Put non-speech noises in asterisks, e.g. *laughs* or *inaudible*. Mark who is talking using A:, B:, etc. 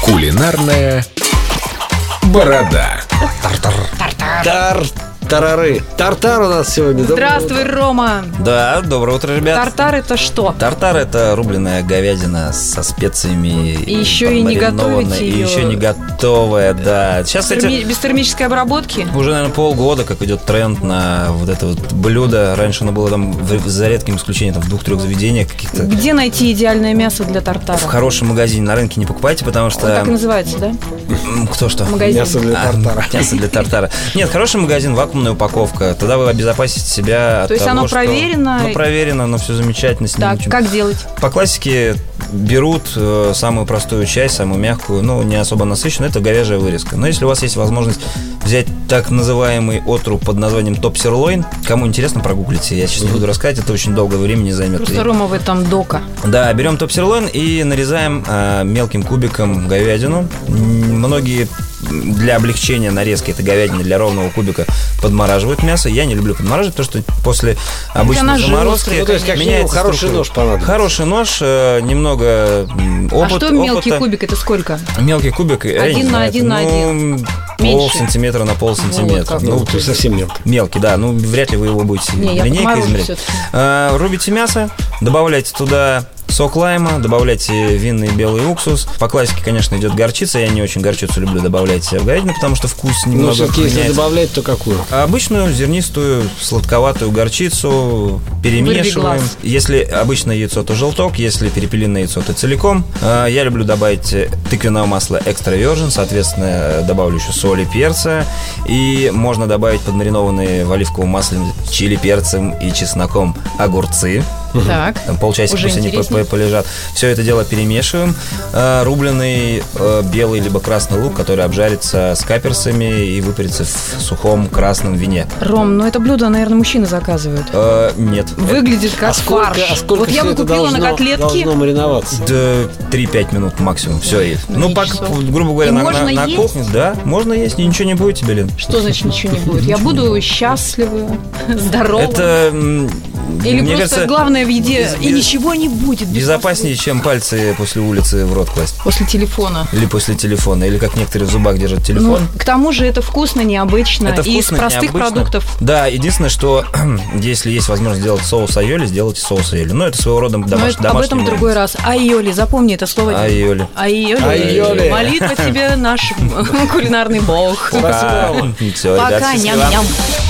A: Кулинарная борода.
B: Тар... Тарары. Тартар у нас сегодня. Доброе
C: Здравствуй, Рома.
D: Да, доброе утро, ребят.
C: Тартар это что?
D: Тартар это рубленая говядина со специями.
C: И еще и не
D: маринованная,
C: готовите
D: и
C: ее.
D: еще не готовая, да. Сейчас,
C: Терми-
D: кстати,
C: Без термической обработки?
D: уже, наверное, полгода, как идет тренд на вот это вот блюдо. Раньше оно было там, в- за редким исключением, там, в двух-трех заведениях каких-то.
C: Где найти идеальное мясо для
D: В
C: тартара?
D: хорошем магазине на рынке не покупайте, потому
C: Ну, Так и
D: что...
C: называется, да?
D: М, Кто что?
C: Магазин.
B: Мясо для
D: А,
B: тартара.
D: Мясо для тартара. Нет, хороший магазин, вакуумная упаковка. Тогда вы обезопасите себя от
C: То есть
D: того,
C: оно
D: что-
C: проверено?
D: Ну, проверено, оно все замечательно. с ним
C: Так,
D: ничего-
C: как делать?
D: По классике берут э, самую простую часть, самую мягкую, ну, не особо насыщенную, это говяжья вырезка. Но если у вас есть возможность взять так называемый отруб под названием топ-серлойн, кому интересно, прогуглите. Я сейчас не буду рассказывать, это очень долго времени займет.
C: Просто Рома в этом дока.
D: Да, берем топ-серлойн и нарезаем э, мелким кубиком говядину. М, Многие м, для облегчения нарезки этой говядины для ровного кубика подмораживают мясо. Я не люблю подмораживать, потому что после
C: она
D: обычной
C: же
D: заморозки
C: острая,
B: Ну, то есть, как минимум,
D: меняется
B: хороший
D: структура.
B: нож понадобится.
D: Хороший нож, э, немного м,
C: А
D: опыт,
C: что мелкий
D: опыта.
C: кубик? Это сколько?
D: Мелкий кубик, я
C: Один
D: не
C: на
D: знаю,
C: один на
D: ну, Пол
C: Меньше.
D: сантиметра на пол сантиметра.
C: как.
D: ну,
B: Ну, ты совсем мелко.
D: Мелкий, да, ну вряд ли вы его будете
C: Не, я
D: линейкой
C: поморожу
D: измерять.
C: всё-таки.
D: А, Рубите мясо, добавляйте туда сок лайма, добавляйте винный белый уксус. По классике, конечно, идет горчица. Я не очень горчицу люблю добавлять в говядину, потому что вкус
B: Но
D: немного
B: все-таки, Ну, если
D: меняется.
B: добавлять, то какую?
D: А Обычную зернистую сладковатую горчицу
C: Вырви
D: перемешиваем.
C: глаз.
D: Если обычное яйцо, то желток, если перепелиное яйцо, то целиком. А, Я люблю добавить э, тыквенного масла экстра virgin, соответственно, э, добавлю еще соли, перца. И можно добавить подмаринованные в оливковом масле чили, перцем и чесноком огурцы.
C: Так.
D: Там полчасика
C: Уже
D: пусть они по-
C: интереснее.
D: по- полежат. Все это дело перемешиваем. А, Рубленый э, белый либо красный лук, который обжарится с каперсами и выпарится в сухом красном вине.
C: Ром, ну это блюдо, наверное, мужчины заказывают.
D: Э, Нет.
C: Выглядит как фарш.
B: а сколько
C: вот я
B: всё
C: бы
B: это
C: купила на
B: должно-
C: котлетки.
B: Должно мариноваться.
D: Д- 3-5 минут максимум. Все. И,
C: Ну,
D: ну,
C: и
D: пак-
C: часов.
D: грубо говоря,
C: И
D: на,
C: можно
D: на- на
C: есть?
D: кухне. Да, можно есть, и ничего не будете, блин.
C: Что значит ничего не будет? Я буду счастлива, *laughs* здорова.
D: Это, м,
C: Или
D: мне
C: просто
D: кажется,
C: главное в еде.
D: без-
C: И
D: без-
C: ничего не будет. без
D: безопаснее, чем пальцы после улицы в рот класть.
C: После телефона.
D: Или после телефона. Или как некоторые в зубах держат
C: Ну,
D: телефон.
C: к тому же это вкусно, необычно.
D: Это
C: и из
D: вкусно,
C: простых
D: необычно.
C: продуктов.
D: Да, единственное, что *clears throat* если есть возможность сделать соус айоли, сделайте соус айоли. Но это своего рода
C: Но
D: домаш-
C: это- об этом в
D: домашний
C: другой
D: момент.
C: раз. Айоли, запомни это слово.
D: Айоли.
C: Айоли.
D: *laughs*
B: Айоли.
C: Молитва тебе, наш кулинарный бог.
D: Пока. Всё,
C: Пока,
D: ребят, счастливо.
C: ням-ням.